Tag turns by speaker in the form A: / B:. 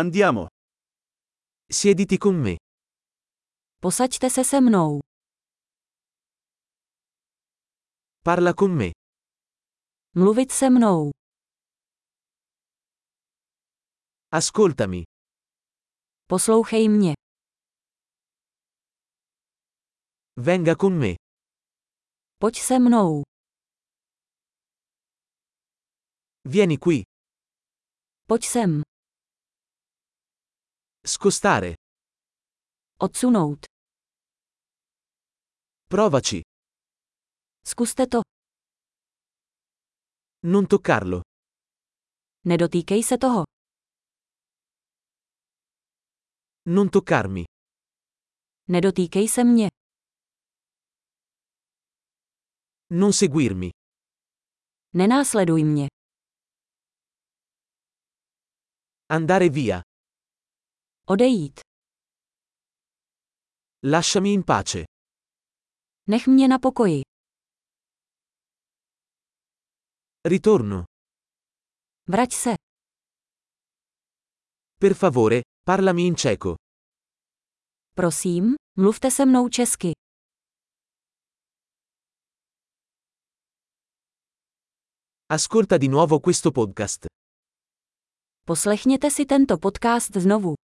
A: Andiamo. Siediti con me.
B: Posaďte se se mnou.
A: Parla con me.
B: Mluvit se mnou.
A: Ascoltami.
B: Poslouchej mě.
A: Venga con me.
B: Pojď se mnou.
A: Vieni qui.
B: Pojď sem.
A: Scostare.
B: Odsunout.
A: Provaci.
B: Zkuste to.
A: Non toccarlo.
B: Nedotýkej se toho.
A: Non toccarmi.
B: Nedotýkej se mě.
A: Non seguirmi.
B: Nenásleduj mě.
A: Andare via.
B: Odejít.
A: Lasciami in pace.
B: Nech mě na pokoji.
A: Ritorno.
B: Vrať se.
A: Per favore, parlami in ceco.
B: Prosím, mluvte se mnou česky.
A: Ascolta di nuovo questo podcast.
B: Poslechněte si tento podcast znovu.